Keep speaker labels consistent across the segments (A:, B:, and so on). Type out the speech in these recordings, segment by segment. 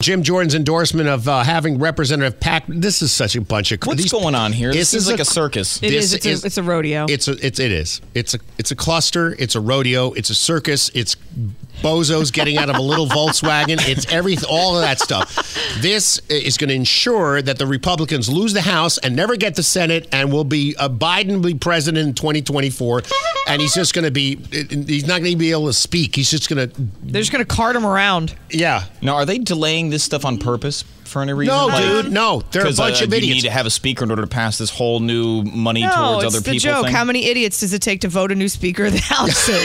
A: Jim Jordan's endorsement of uh, having Representative Pack. This is such a bunch of. cr-
B: What's
A: these-
B: going on here? This,
A: This
B: is,
A: is
B: like
A: a-
B: a circus.
C: It
A: This
C: is. It's,
A: is-
C: a, it's a rodeo.
A: It's a, it's it is. It's a it's a cluster. It's a rodeo. It's a circus. It's bozos getting out of a little Volkswagen. It's everything. All of that stuff. This is going to ensure that the Republicans lose the House and never get the Senate, and will be a Biden will be president in 2024, and he's just going to be. He's not going to be able to speak. He's just going to.
C: They're just gonna cart him around.
A: Yeah.
B: now, are they delaying this stuff on purpose for any reason?
A: No, dude. No, they're a
B: 'cause, uh,
A: bunch of
B: you
A: idiots.
B: need to have a speaker in order to pass this whole new money
C: No,
B: towards
C: it's
B: other
C: the
B: people
C: joke.
B: thing.
C: How many idiots does it take to vote a new speaker of the house? in?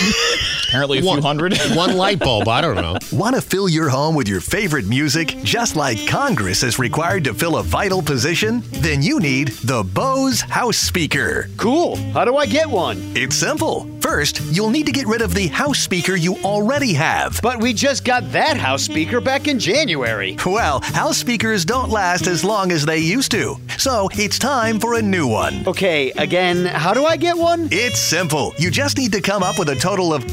B: Apparently, a few hundred.
A: one light bulb. I don't know.
D: Want to fill your home with your favorite music just like Congress is required to fill a vital position? Then you need the Bose House Speaker.
E: Cool. How do I get one?
D: It's simple. First, you'll need to get rid of the house speaker you already have.
E: But we just got that house speaker back in January.
D: Well, house speakers don't last as long as they used to, so it's time for a new one.
E: Okay, again, how do I get one?
D: It's simple. You just need to come up with a total of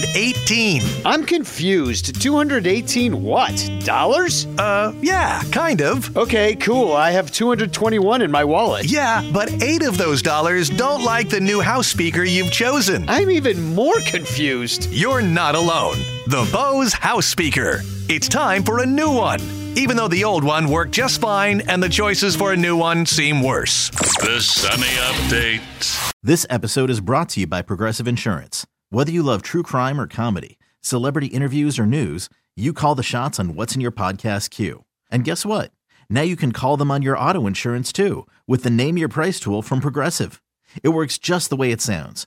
D: 218.
E: I'm confused. 218 what? Dollars?
D: Uh, yeah, kind of.
E: Okay, cool. I have 221 in my wallet.
D: Yeah, but eight of those dollars don't like the new house speaker you've chosen.
E: I'm even more confused.
D: You're not alone. The Bose House Speaker. It's time for a new one. Even though the old one worked just fine and the choices for a new one seem worse.
F: The Sunny Update.
G: This episode is brought to you by Progressive Insurance. Whether you love true crime or comedy, celebrity interviews or news, you call the shots on what's in your podcast queue. And guess what? Now you can call them on your auto insurance too with the Name Your Price tool from Progressive. It works just the way it sounds.